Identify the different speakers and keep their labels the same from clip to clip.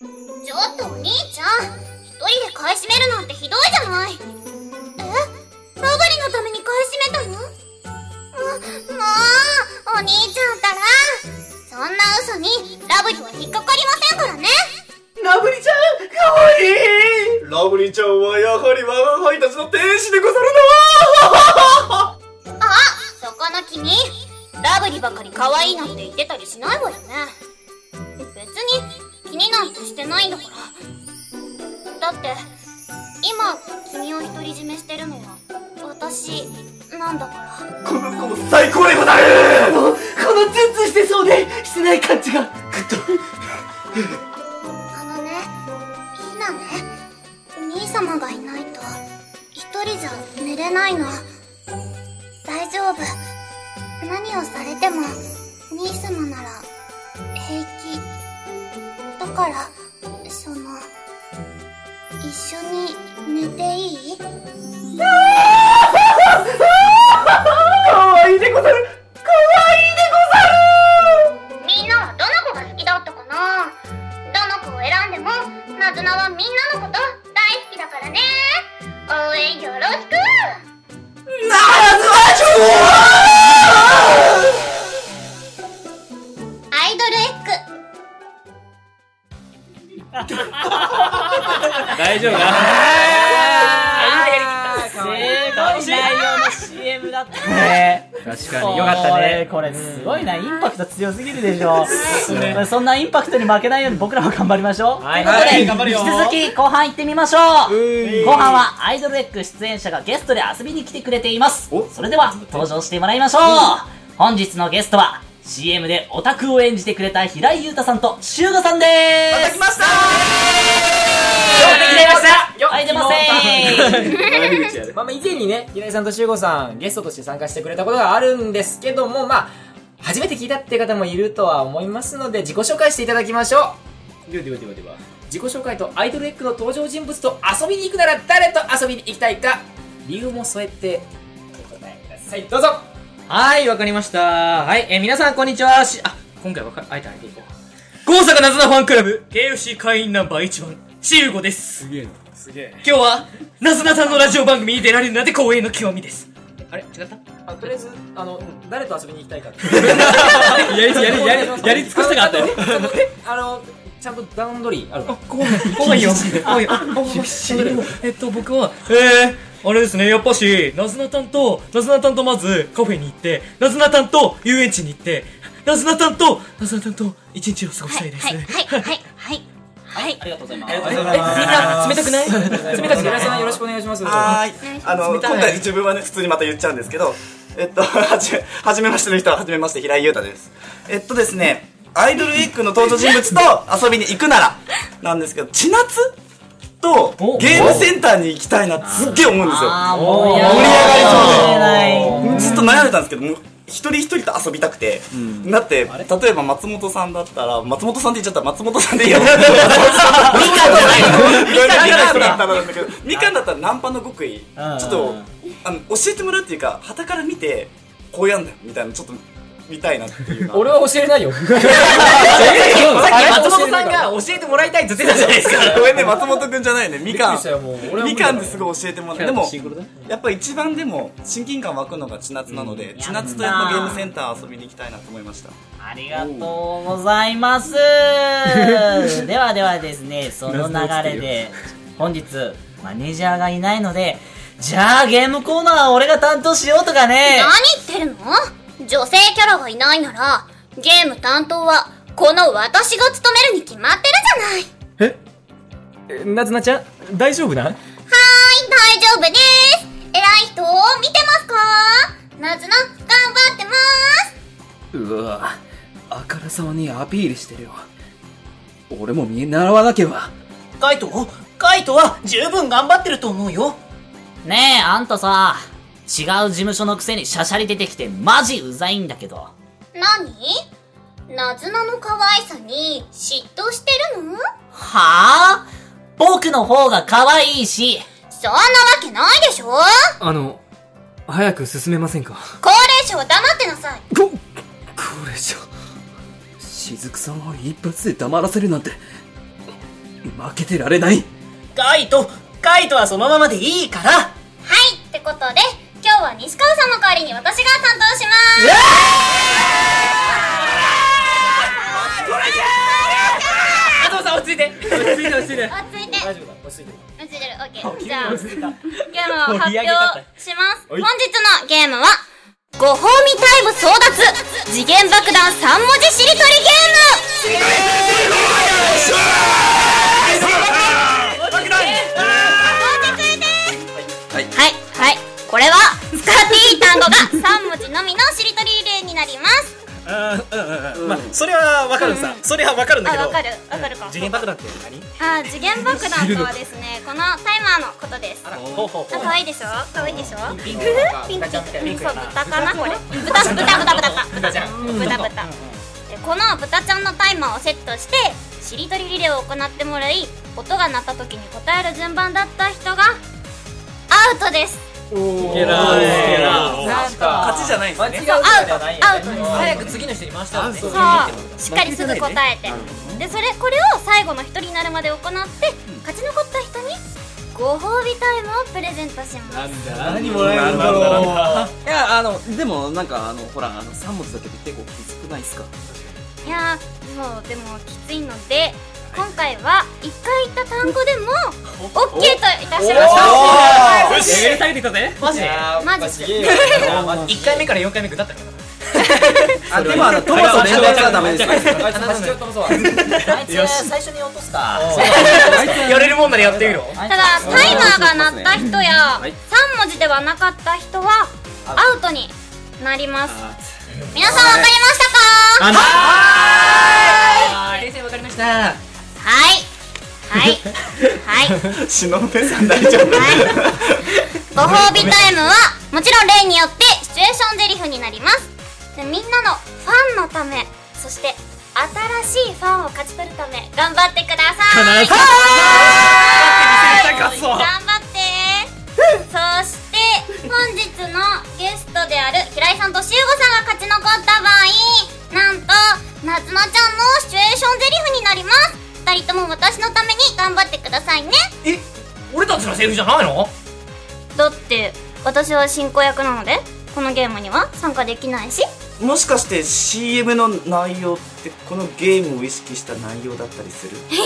Speaker 1: ちょっとお兄ちゃん一人で買い占めるなんてひどいじゃないえバブリのために買い占めたのももうお兄ちゃんったらそんな嘘にラブリは引っかかりませんからね
Speaker 2: ラブリちゃんかわいいラブリちゃんはやはり我が輩たちの天使でござるなわ
Speaker 1: あそこの君ラブリばかり可愛いなんて言ってたりしないわよね別に気になんてしてないんだからだって今君を独り占めしてるのは私なんだから
Speaker 2: この子も最高でござる
Speaker 3: このツンツンしてそうでしてない感じがグッと
Speaker 1: あのねひなねお兄様がいないと一人じゃ寝れないの大丈夫何をされてもお兄様なら平気だからその一緒に寝ていい
Speaker 2: かわいいでござるかわいいで
Speaker 1: みんなはどの子が好きだったかなどの子を選んでもナズナはみんなのこと大好きだからね応援よろしく
Speaker 2: ござるならずは
Speaker 1: アイドルエッグ
Speaker 4: 大丈夫か
Speaker 5: すごい内容の CM だった
Speaker 6: ね
Speaker 4: 確かによかったね
Speaker 6: これこれすごいな、インパクト強すぎるでしょ
Speaker 4: ね
Speaker 6: まあそんなインパクトに負けないように僕らも頑張りましょう、
Speaker 4: はい
Speaker 6: ということで、
Speaker 4: はい頑張るよ
Speaker 6: 引き続き後半行ってみましょう後半はアイドルエッグ出演者がゲストで遊びに来てくれています
Speaker 2: お
Speaker 6: それでは登場してもらいましょう、本日のゲストは CM でオタクを演じてくれた平井優太さんと修吾さんですまた来ましたはい出ません
Speaker 5: まあまあ以前にね平井さんと修吾さんゲストとして参加してくれたことがあるんですけどもまあ初めて聞いたって方もいるとは思いますので自己紹介していただきましょうではではではでは自己紹介とアイドルエッグの登場人物と遊びに行くなら誰と遊びに行きたいか理由も添えてお答えくださいどうぞ
Speaker 7: はい、わかりました。はい、えー皆さんこんにちは。し、あ、今回わかる、あえてあえていこう。高坂謎のファンクラブ、KFC 会員ナンバー1番、シウゴです。すげえな。すげえ。今日は、謎なさんのラジオ番組に出られるなんて光栄の極みです。あれ違った
Speaker 5: あとりあえずあの誰と遊びに行きたいか
Speaker 7: やり、やり、やり、やり尽くしたかったよ。
Speaker 5: あのちゃんと段取りあるの
Speaker 7: ごめん、ごめんよ。ごめんよ。えっと、僕は、えー、あれですね、やっぱし、なずなたんと、なずなたんとまずカフェに行って、なずなたんと遊園地に行って、なずなたんと、なずなたんと一日を過ごしたいです。
Speaker 1: はいはいはいはいはいはい
Speaker 6: ありがとうございます
Speaker 5: えみん
Speaker 7: な冷たくない
Speaker 5: 冷たく平井さんよろしくお願いします
Speaker 2: はーい。あの、今回自分はね、普通にまた言っちゃうんですけど、えっと、 はじめ、はじめましての人は、はじめまして、平井優太です。えっとですね、アイドルウィークの登場人物と遊びに行くなら、なんですけど、千夏とゲームセンターに行きたいなってすっげえ思うんですよ。
Speaker 6: あー盛り上
Speaker 2: 盛り上
Speaker 6: がりそうで
Speaker 2: がりそうで。ずっと悩んでたんですけど、もう一人一人と遊びたくて、だって、例えば松本さんだったら、松本さんって言っちゃったら、松本さんでいいよ。みかんじゃないのみかんだったらなんだけど、みかんだったらナンパの極意、ちょっと、あの、教えてもらうっていうか、旗から見て、こうやんだよ、みたいな、ちょっと、見たいなっていうのは。
Speaker 5: 俺は教えれ ないよ。さっき松本さんが教えてもらいたいって言ってたじゃないですか。
Speaker 2: ごめんね、松本くんじゃないね、みかん。みかんです
Speaker 5: い。
Speaker 2: ごい教えてもらってでもやっぱ一番でも親近感湧くのが千夏なので、千夏とやっぱゲームセンター遊びに行きたいなと思いました
Speaker 6: ありがとうござ いますではではですねその流れで本日マネージャーがいないのでじゃあゲームコーナーは俺が担当しようとかね
Speaker 1: 何言ってるの女性キャラがいないならゲーム担当はこの私が務めるに決まってるじゃないは
Speaker 5: なずなちゃん、大丈夫なん
Speaker 1: ーい大丈夫です偉い人見てますかなずな頑張ってま
Speaker 8: うわあからさまにアピールしてるよ俺も見習わなけば
Speaker 3: カイトカイトは十分頑張ってると思うよ
Speaker 6: ねえあんたさ違う事務所のくせにシャシャリ出てきてマジうざいんだけど
Speaker 1: す何なずなの可愛さに嫉妬してるの
Speaker 6: はあ僕の方が可愛いし
Speaker 1: そんなわけないでしょ高
Speaker 7: あの、早く進めませんか
Speaker 1: 齢者は黙ってなさい
Speaker 8: これじゃ雫さんを一発で黙らせるなんて負けてられない
Speaker 6: カイトカイトはそのままでいいから
Speaker 1: はいってことで今日は西川さんの代わりに私が担当します
Speaker 7: あとさん落ち着いて落ち着いて落ち着いて
Speaker 1: 落ち着いて
Speaker 5: 大丈夫だ落ち着いてる
Speaker 1: 落ちてるオッケーじゃあゲームを発
Speaker 7: 盛
Speaker 1: 表
Speaker 7: り上げ方
Speaker 1: します本日のゲームはご褒美タイム争奪次元爆弾3文字しりとりゲームはい
Speaker 2: はい
Speaker 1: はいこれは 使っていい単語が3文字のみのしりとりリレーになります
Speaker 7: まあそれはわかるさそれはわかるんだけ
Speaker 1: あ
Speaker 7: ど
Speaker 1: わかるわかるか
Speaker 7: 次元爆弾って何
Speaker 1: あ次元爆弾とはですねこのタイマーのことですあ
Speaker 7: ほうほうほう
Speaker 1: 可愛いでしょ可愛いでしょピンクピンク
Speaker 5: 豚ちゃんみたいな
Speaker 1: ピンクそう豚かなこれ豚豚豚豚豚
Speaker 5: 豚ちゃん
Speaker 1: 豚豚でこの豚ちゃんのタイマーをセットしてしりとりリレーを行ってもらい音が鳴った時に答える順番だった人がアウトです
Speaker 7: いけないいけない
Speaker 5: なんか
Speaker 2: 勝ちじゃないんです
Speaker 5: 間違
Speaker 2: ね
Speaker 5: うからじゃないよね
Speaker 1: アウトです
Speaker 7: 早く次の人に回したらね
Speaker 1: そうしっかりすぐ答えてでそれこれを最後の人になるまで行って勝ち残った人にご褒美タイムをプレゼントします
Speaker 5: 何もらえるんだろう
Speaker 8: いやあのでもなんかあのほらあの3文字だけで結構きつくないですか
Speaker 1: いやーもうでもきついので今回は1回言った単語でも OK といたしました
Speaker 7: よしレベル下げてきたぜマジで
Speaker 1: マ
Speaker 5: マ
Speaker 1: ジっ
Speaker 5: ジ
Speaker 1: す
Speaker 7: 1回目から4回目下ったから
Speaker 8: あでもあのトマト連打したらダメですよ
Speaker 5: あいつ端っこ飛ばそう
Speaker 6: あいつ最初に落とすか
Speaker 7: やれるもんならやってみろ
Speaker 1: ただタイマーが鳴った人や3文字ではなかった人はアウトになります皆さん分かりましたか
Speaker 7: あはーい先生わかりました
Speaker 1: はいはい はい
Speaker 2: 忍さん大丈夫
Speaker 1: ご褒美タイムはもちろん例によってシチュエーションゼリフになりますでみんなのファンのためそして新しいファンを勝ち取るため頑張ってください
Speaker 7: 必ず
Speaker 1: はーい
Speaker 7: 頑
Speaker 1: 頑張ってそして本日のゲストである平井さんと修吾さんが勝ち残った場合なんと夏菜ちゃんのシチュエーションゼリフになります二人とも私のために頑張ってくださいね
Speaker 7: え俺たちのセリフじゃないの
Speaker 1: だって私は進行役なのでこのゲームには参加できないし
Speaker 2: もしかして CM の内容ってこのゲームを意識した内容だったりする
Speaker 1: 二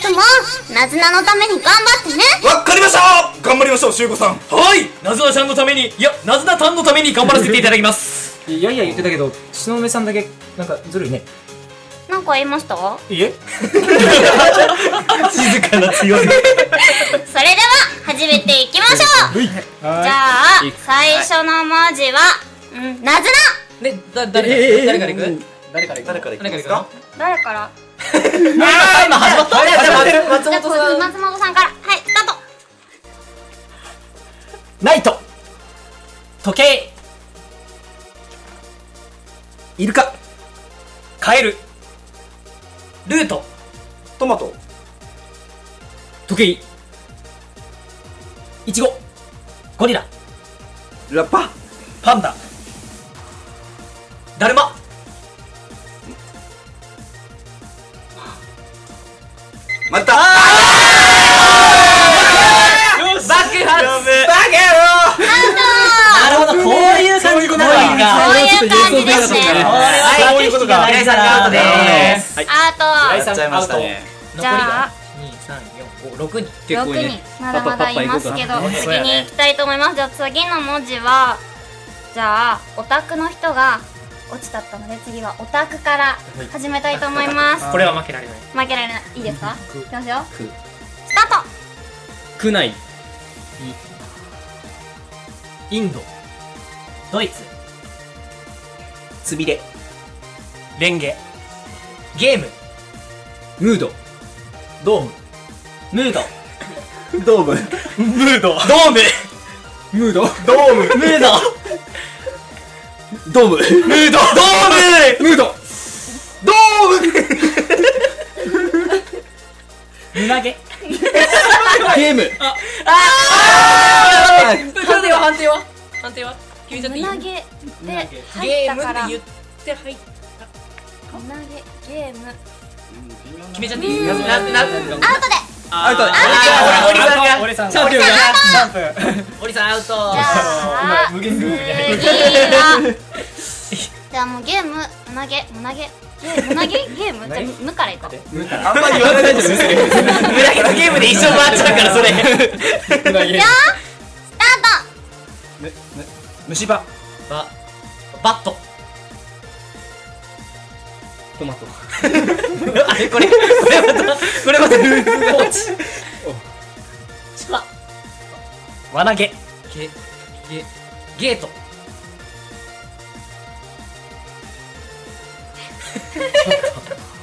Speaker 1: 人ともナズナのために頑張ってね
Speaker 2: わかりました頑張りましょう修子さん
Speaker 7: はいなずなちゃんのためにいやなずなたんのために頑張らせていただきます
Speaker 5: いやいや言ってたけど篠宮さんだけなんかずるいね
Speaker 1: なんか言いましたそ
Speaker 5: いい え
Speaker 7: 静かな強
Speaker 1: れ
Speaker 7: い
Speaker 1: では始めていきましょうじゃあ最初の文字はうんナズ
Speaker 7: ねだ誰誰から行く
Speaker 2: 誰から誰からいき
Speaker 7: 誰
Speaker 2: ま
Speaker 7: から
Speaker 2: す
Speaker 7: 行くの
Speaker 2: か
Speaker 1: ナ誰から
Speaker 7: 今始まった始まってる
Speaker 1: じゃあ松本さんからはいスタート
Speaker 5: ナイト
Speaker 6: 時計
Speaker 2: イルカ
Speaker 7: カエルルート
Speaker 2: トマト
Speaker 7: 時計
Speaker 6: いちごゴリラ
Speaker 2: ラッパ
Speaker 7: パンダだるま
Speaker 2: またあ
Speaker 7: 爆発
Speaker 2: ーバカ野郎
Speaker 6: なるほどこういう感じになるわけか
Speaker 1: そういう感じですね
Speaker 6: これは
Speaker 7: そういうことか
Speaker 6: 駆け引きがないから
Speaker 7: 平井さんがアウトでーす
Speaker 1: あ
Speaker 5: 平井
Speaker 2: やっちゃいましたね
Speaker 1: とじゃあ
Speaker 7: 6人
Speaker 1: 6人まだまだいますけど次に行きたいと思いますじゃあ次の文字はじゃあオタクの人が落ちちゃったので次はオタクから始めたいと思います
Speaker 7: これは負けられない
Speaker 1: 負けられないいいですかいきますよスタート
Speaker 7: くない
Speaker 6: インドドイツ
Speaker 2: つびれ
Speaker 7: レンゲゲーム
Speaker 8: ムード
Speaker 5: ドーム
Speaker 6: ムード
Speaker 8: ドーム
Speaker 7: ムードドーム
Speaker 8: ムード
Speaker 7: ドームムード
Speaker 8: ドーム
Speaker 7: ムードドー
Speaker 8: ム
Speaker 7: ム
Speaker 8: ード
Speaker 7: ドーム
Speaker 6: 胸毛
Speaker 8: ゲーム
Speaker 7: 判定は判定は判定は決めちゃっていい
Speaker 1: 胸毛で入っ
Speaker 7: ゲー
Speaker 1: た
Speaker 7: ム
Speaker 1: から
Speaker 7: っ
Speaker 1: 胸
Speaker 7: て言って入っ
Speaker 1: 毛ゲーム
Speaker 7: 決めちゃっていいななな
Speaker 1: アウトで
Speaker 7: アウト
Speaker 5: あ
Speaker 7: オリさんが
Speaker 5: 俺さん
Speaker 7: チャンピオン
Speaker 6: オリさんアウト
Speaker 1: じゃあ
Speaker 5: 無限ループに入る
Speaker 1: 次はじゃあもうゲーム胸毛胸毛ゲーム胸毛ゲームじゃあ無からいこう
Speaker 2: あんまり言われないじゃないですか
Speaker 7: 村木のゲームで一生回っちゃうからそれ
Speaker 1: よースタート
Speaker 2: 虫歯
Speaker 7: ババット
Speaker 8: トマト
Speaker 7: あれこれこれまたこれまたルーズポーチ
Speaker 6: ちば
Speaker 7: 輪投げゲゲゲート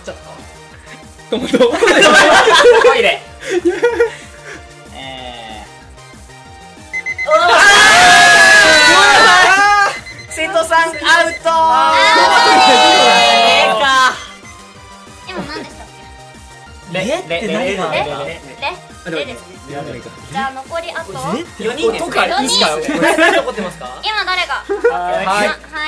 Speaker 8: トマト
Speaker 6: トイレえーあー瀬戸さんアウトえーか
Speaker 1: 今何でしたっ
Speaker 6: えって何が
Speaker 1: けレ
Speaker 6: え
Speaker 1: レレですねじゃあ残りあと
Speaker 7: 4人ですか
Speaker 1: 4人
Speaker 7: これ誰残ってますか
Speaker 1: 今誰が
Speaker 5: はい
Speaker 1: あは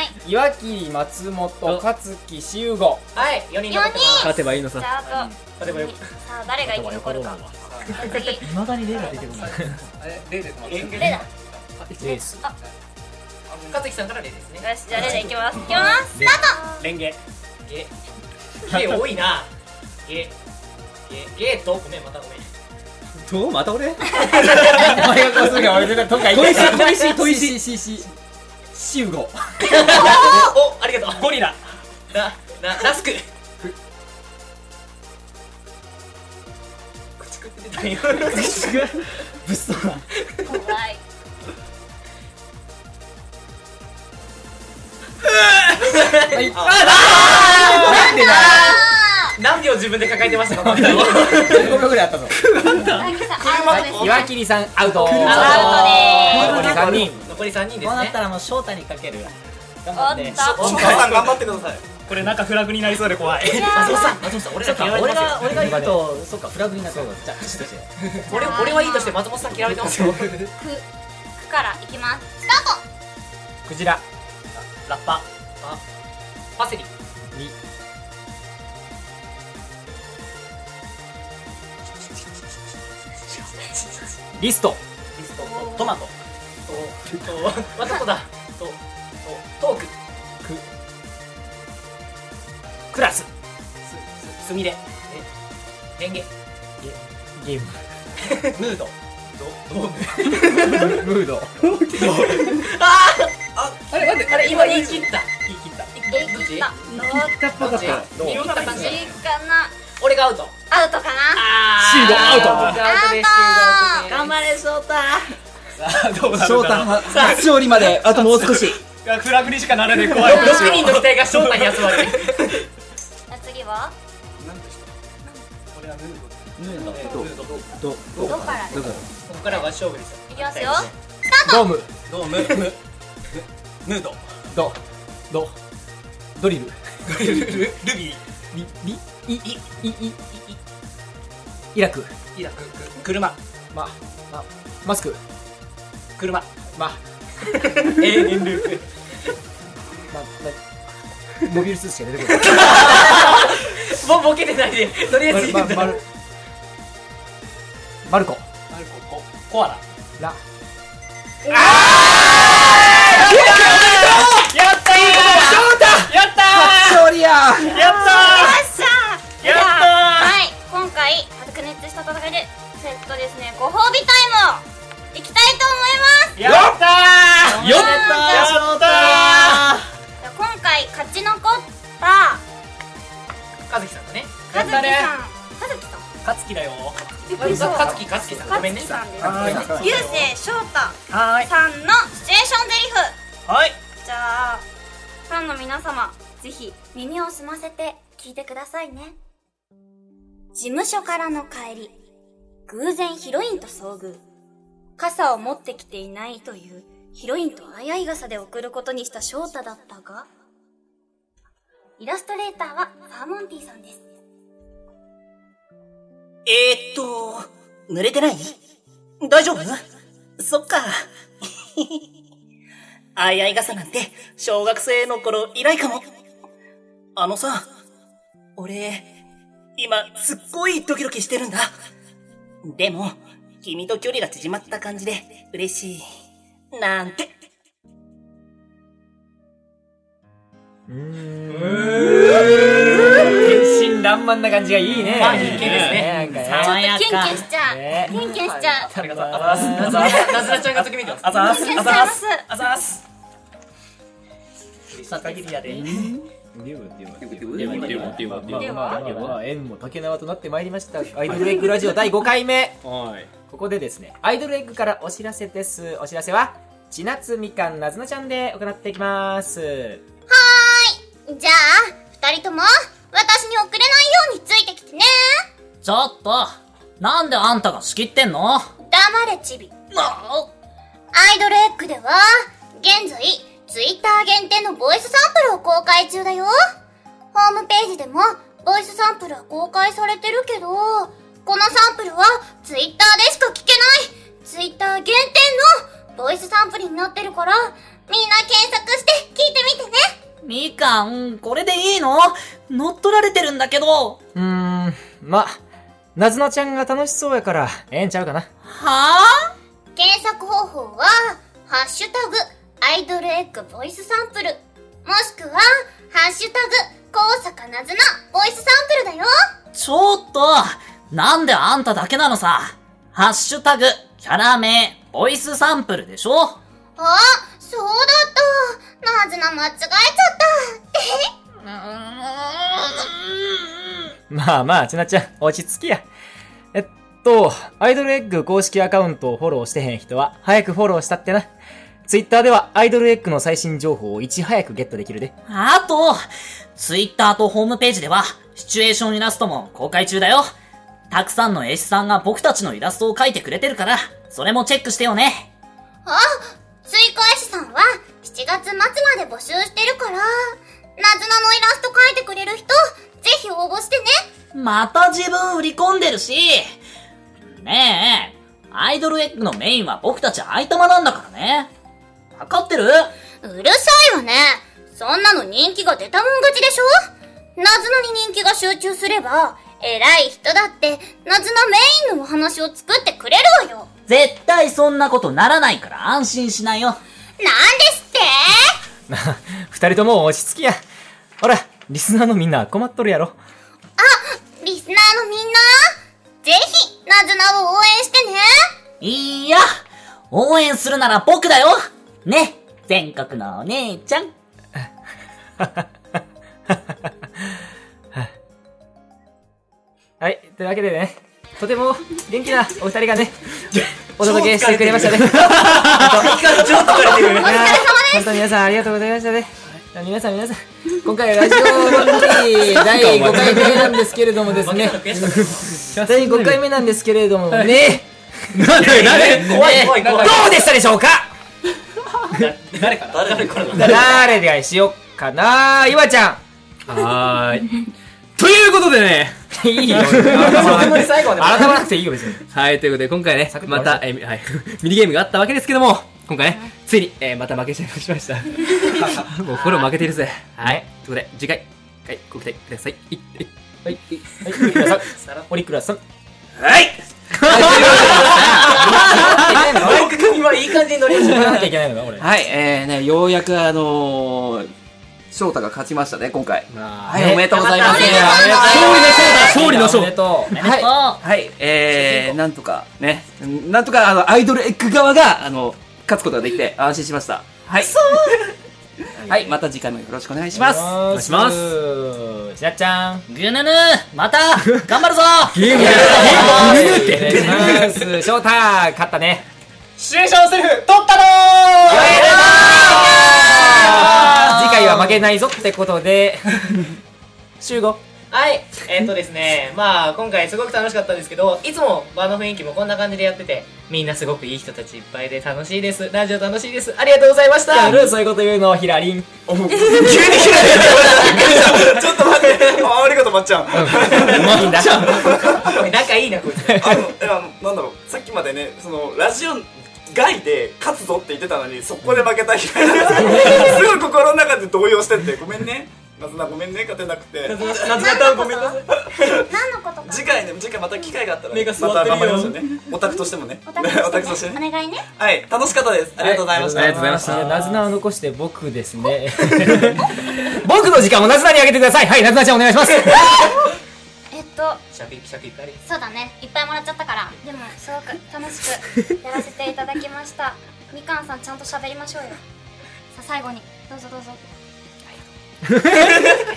Speaker 1: い
Speaker 5: 岩木松本勝木修吾
Speaker 7: はい4人
Speaker 1: 四
Speaker 7: 残ってます
Speaker 1: 人
Speaker 8: 勝てばいいの
Speaker 1: じ
Speaker 8: さ
Speaker 1: ゃああと
Speaker 7: 例えばよく
Speaker 1: さあ誰が生き残るか次
Speaker 6: いまだにレーダー出てこない
Speaker 1: レダよ
Speaker 5: です
Speaker 7: 勝木さんから例ですね
Speaker 1: しじゃあレダいきますいきますスタート
Speaker 5: レンゲ
Speaker 7: ゲゲ多いなゲゲゲートごめんまたごめん
Speaker 8: どうまた俺
Speaker 5: お前がこうするから俺がとか言って
Speaker 8: 小石小石
Speaker 5: 石石シウゴ
Speaker 7: おありがとうゴリラななラスク口くって出たよ
Speaker 1: 怖い
Speaker 7: なんでだ
Speaker 1: あ
Speaker 7: 何秒自分で抱えてましたかこれを
Speaker 5: 15秒ぐらいあったぞ
Speaker 1: ーあきさんアウトです
Speaker 5: 岩切さんアウト
Speaker 1: ア
Speaker 5: 残り3人
Speaker 7: 残り三人で
Speaker 6: こう
Speaker 7: す
Speaker 6: なった
Speaker 7: ね
Speaker 6: らもう翔太にかける頑
Speaker 1: お
Speaker 6: 張
Speaker 1: っ
Speaker 6: って
Speaker 1: と
Speaker 2: 翔太さん頑張ってください
Speaker 4: これなんかフラグになりそうで怖い
Speaker 1: じゃ
Speaker 7: 松
Speaker 1: あ
Speaker 7: 本さん松本さん俺
Speaker 6: そ
Speaker 7: だ
Speaker 6: っか
Speaker 7: け言わ
Speaker 6: 俺
Speaker 7: れてます
Speaker 6: が俺が言うとそっかフラグになってるじゃあちょっとして
Speaker 7: 俺俺はいいとして松本さん嫌われてますよ
Speaker 1: くくからいきますスタート
Speaker 5: クジラ
Speaker 7: ラッパあパセリ
Speaker 5: リスト
Speaker 7: リストトマトととわざとだととトーク
Speaker 5: クラス
Speaker 7: すすすみれえレンゲ
Speaker 5: ゲーム
Speaker 7: ヌード
Speaker 5: ムード
Speaker 7: あーああれ待ってあれ今言い切った言い切った
Speaker 1: えいきった
Speaker 7: どっちどっち言い切った感じ
Speaker 1: どっちかな
Speaker 7: 俺がアウト
Speaker 1: アウトかな
Speaker 7: あシードアウトアウトですシードアウトです
Speaker 6: 頑張れ翔太
Speaker 8: 翔太初勝利まであともう少し
Speaker 4: フラグにしかならない怖い
Speaker 1: あ
Speaker 7: 6人の期待が翔太に集まる
Speaker 1: じゃあ次は
Speaker 8: ど
Speaker 1: どこから
Speaker 8: どうだろ
Speaker 7: ここからは勝負です
Speaker 1: いきますよ
Speaker 5: ドーム
Speaker 2: どうむむヌード
Speaker 5: ドドドリル
Speaker 7: ルビー
Speaker 5: リリイイイイイイイラク
Speaker 7: イラク車
Speaker 5: ままマスク
Speaker 7: 車
Speaker 5: ま
Speaker 7: 永遠ループ
Speaker 5: ままモビルスーツしか出てこない
Speaker 7: もうボケてないでとりあえず言うんだ
Speaker 5: まままるマルコ
Speaker 7: コアラ
Speaker 5: ラ
Speaker 4: やったーやった
Speaker 8: 勝利や
Speaker 4: ーやった
Speaker 1: じゃあ
Speaker 4: や
Speaker 1: はい今回白熱した戦いでセットですねご褒美タイムをいきたいと
Speaker 4: ー
Speaker 1: 思います
Speaker 4: やったー
Speaker 7: よ
Speaker 4: や
Speaker 7: っ
Speaker 4: った
Speaker 1: じゃあ今回勝ち残った
Speaker 7: 和樹さんだね
Speaker 1: 和樹さん
Speaker 7: や
Speaker 1: 和樹さん
Speaker 7: 勝樹だよ
Speaker 1: りした
Speaker 7: 勝樹勝樹さんご
Speaker 1: 和
Speaker 7: めんね
Speaker 1: 樹さんです
Speaker 5: あー
Speaker 1: ゆうせい翔太
Speaker 7: はーい
Speaker 1: さんのシチュエーションゼリフ
Speaker 7: はい
Speaker 1: じゃあファンの皆様ぜひ耳を澄ませて聞いてくださいね事務所からの帰り偶然ヒロインと遭遇傘を持ってきていないというヒロインと相合い傘で送ることにした翔太だったがイラストレーターはサーモンティさんです
Speaker 9: えー、っと、濡れてない大丈夫そっか。 あいあい傘なんて、小学生の頃以来かも。あのさ、俺、今、すっごいドキドキしてるんだ。でも、君と距離が縮まった感じで、嬉しい。なんて。
Speaker 5: 天真爛漫な感じがいいね。
Speaker 7: まあいい系ですね
Speaker 5: なんかね
Speaker 1: ちょっとキュ
Speaker 6: 爽や
Speaker 1: ンキュ
Speaker 6: か
Speaker 1: ンしちゃう。
Speaker 5: ね
Speaker 1: キュンキュンしちゃう。
Speaker 7: ありがとう。あざーす。あざーす。なずらちゃんがときめいてます。あざ
Speaker 1: キュンキュンしちゃいます。
Speaker 7: あざーす。
Speaker 6: さあ、限りやで。
Speaker 5: でもでも
Speaker 1: で
Speaker 5: まあ
Speaker 1: は、
Speaker 5: まあまあ縁も竹縄となってまいりましたアイドルエッグラジオ第5回目
Speaker 4: はい。
Speaker 5: ここでですねアイドルエッグからお知らせですお知らせは千夏みかんなずなちゃんで行っていきます
Speaker 1: じゃあ、二人とも、私に遅れないようについてきてね。
Speaker 6: ちょっとなんであんたが仕切ってんの
Speaker 1: 黙れチビ。
Speaker 6: あ
Speaker 1: アイドルエッグでは、現在、ツイッター限定のボイスサンプルを公開中だよ。ホームページでも、ボイスサンプルは公開されてるけど、このサンプルは、ツイッターでしか聞けない、ツイッター限定のボイスサンプルになってるから、みんな検索して聞いてみてね。
Speaker 6: みかん、これでいいの乗っ取られてるんだけど。
Speaker 5: うーんまあなずなちゃんが楽しそうやからええんちゃうかな
Speaker 6: はぁ
Speaker 1: 検索方法は、ハッシュタグ、アイドルエッグボイスサンプル、もしくは、ハッシュタグ、高坂なずなボイスサンプルだよ。
Speaker 6: ちょっとなんであんただけなのさハッシュタグ、キャラ名、ボイスサンプルでしょ
Speaker 1: あ、そうだった。なずな間違えちゃった。
Speaker 5: まあまあ千夏ちゃん落ち着きやえっとアイドルエッグ公式アカウントをフォローしてへん人は早くフォローしたってなツイッターではアイドルエッグの最新情報をいち早くゲットできるで
Speaker 6: あと、ツイッターとホームページでは、シチュエーションイラストも公開中だよ。たくさんの絵師さんが僕たちのイラストを描いてくれてるから、それもチェックしてよね。
Speaker 1: あ、追加絵師さんは7月末まで募集してるから、なずなのイラスト描いてくれる人、ぜひ応募してね。
Speaker 6: また自分売り込んでるし。ねえ、アイドルエッグのメインは僕たちアイタマなんだからね。わかってる
Speaker 1: うるさいわね。そんなの人気が出たもん勝ちでしょなずなに人気が集中すれば、偉い人だって、なずなメインのお話を作ってくれるわよ。
Speaker 6: 絶対そんなことならないから安心しないよ。
Speaker 1: なんですって
Speaker 5: な、二人とも落ち着きや。ほら、リスナーのみんな困っとるやろ。
Speaker 1: リスナーのみんな、ぜひ、なずなを応援して ね。
Speaker 6: いいや、応援するなら僕だよね、全国のお姉ちゃん。
Speaker 5: はい、というわけでね、とても元気なお二人がね、お届けしてくれましたね。本当いや本当に皆さんありがとうございましたね。皆さん皆さん、今回ラジオの時第5回目なんですけれどもですね、 第5回目なんですけれどもね、
Speaker 8: なんだよ、誰
Speaker 7: 怖い怖い怖い。
Speaker 5: どうでしたでしょうか
Speaker 7: 誰か誰からだ
Speaker 5: 誰でしようかな岩ちゃん
Speaker 8: はーい。ということでね、
Speaker 5: いいよ。最後まで。改まなくていいよ、別に。
Speaker 8: はい、ということで今回ね
Speaker 5: サク、ッと
Speaker 8: また、えーみはい、 ミニゲームがあったわけですけども、今回ね、ついに、えーまた負けちゃいました。もうフォロー負けているぜ。はい。ということで、次回、はい、ご期待ください。いい
Speaker 5: はい、はい、オリクラさん。
Speaker 8: はい
Speaker 5: はい、ということで、乗らなきゃいけないのか、俺。
Speaker 8: はい、えーね、ようやくあのー、翔太が勝ちましたね、今回。はい、おめでとうございます。勝利の翔太、勝利
Speaker 5: おめ
Speaker 8: の
Speaker 5: でとう。
Speaker 8: 翔はい、はい、えー、なんとか、ね、なんとか、あの、アイドルエッグ側が、あの、勝つことができて安心しました。はい。はい、また次回もよろしくお願いします。
Speaker 5: お願いします。しなっちゃん。
Speaker 6: ぐぬぬまた頑 張るぞ
Speaker 8: ゲーム
Speaker 5: お願いします。翔太、勝ったね。
Speaker 4: シチュエーションセルフ、取ったのー
Speaker 5: 次回は負けないぞってことで、集合。
Speaker 7: はい、えっとですね、まあ今回すごく楽しかったんですけど、いつも場の雰囲気もこんな感じでやってて、みんなすごくいい人たちいっぱいで楽しいです。ラジオ楽しいです。ありがとうございました。
Speaker 5: やるそういうこと言うの、ひらりん。
Speaker 2: ちょっと待って、ありがとう、まっちゃん。
Speaker 5: いいんだ。
Speaker 7: 仲いいなこいつ。
Speaker 2: あの、いや、なんだろう、さっきまでね、その、ラジオ外で勝つ ぞって言ってたのに、そこで負けた平井なんですけど、すごい心の中で動揺してて、ごめんね。ナズナごめんね、勝てなくて。
Speaker 7: 夏菜たんごめんなさい。
Speaker 1: 何のことか
Speaker 2: 次回ね、次回また機会があったら、
Speaker 7: 目
Speaker 2: ね、ま
Speaker 7: が座って
Speaker 2: た
Speaker 7: るよ
Speaker 2: 頑張りましょうね。オタクとしてもね。
Speaker 1: お互い
Speaker 2: オタクとしてね。
Speaker 1: お願いね
Speaker 2: はい、楽しかったです。ありがとうございました。
Speaker 5: ありがとうございました。ナズナを残して僕です ね。僕の時間をナズナにあげてください。はい、ナズナちゃんお願いします。
Speaker 1: えっと
Speaker 7: 尺いっ尺いっぱいあるよ
Speaker 1: そうだねいっぱいもらっちゃったからでもすごく楽しくやらせていただきましたみかんさんちゃんと喋りましょうよさあ最後にどうぞどうぞ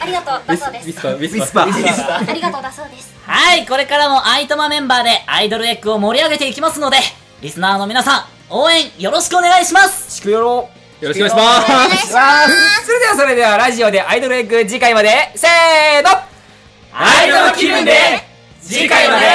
Speaker 1: ありがとう ありがとうだそうです
Speaker 5: ウィスパー。
Speaker 1: ありがとうだそうです
Speaker 6: はい、これからもアイトマメンバーでアイドルエッグを盛り上げていきますので、リスナーの皆さん、応援よろしくお願いします
Speaker 5: ちくよろ。
Speaker 7: よろしくお願いし
Speaker 1: お願い
Speaker 7: ま
Speaker 1: し
Speaker 7: す。
Speaker 1: ます
Speaker 5: それではそれではラジオでアイドルエッグ次回まで、せーの
Speaker 6: アイドル気分で次回まで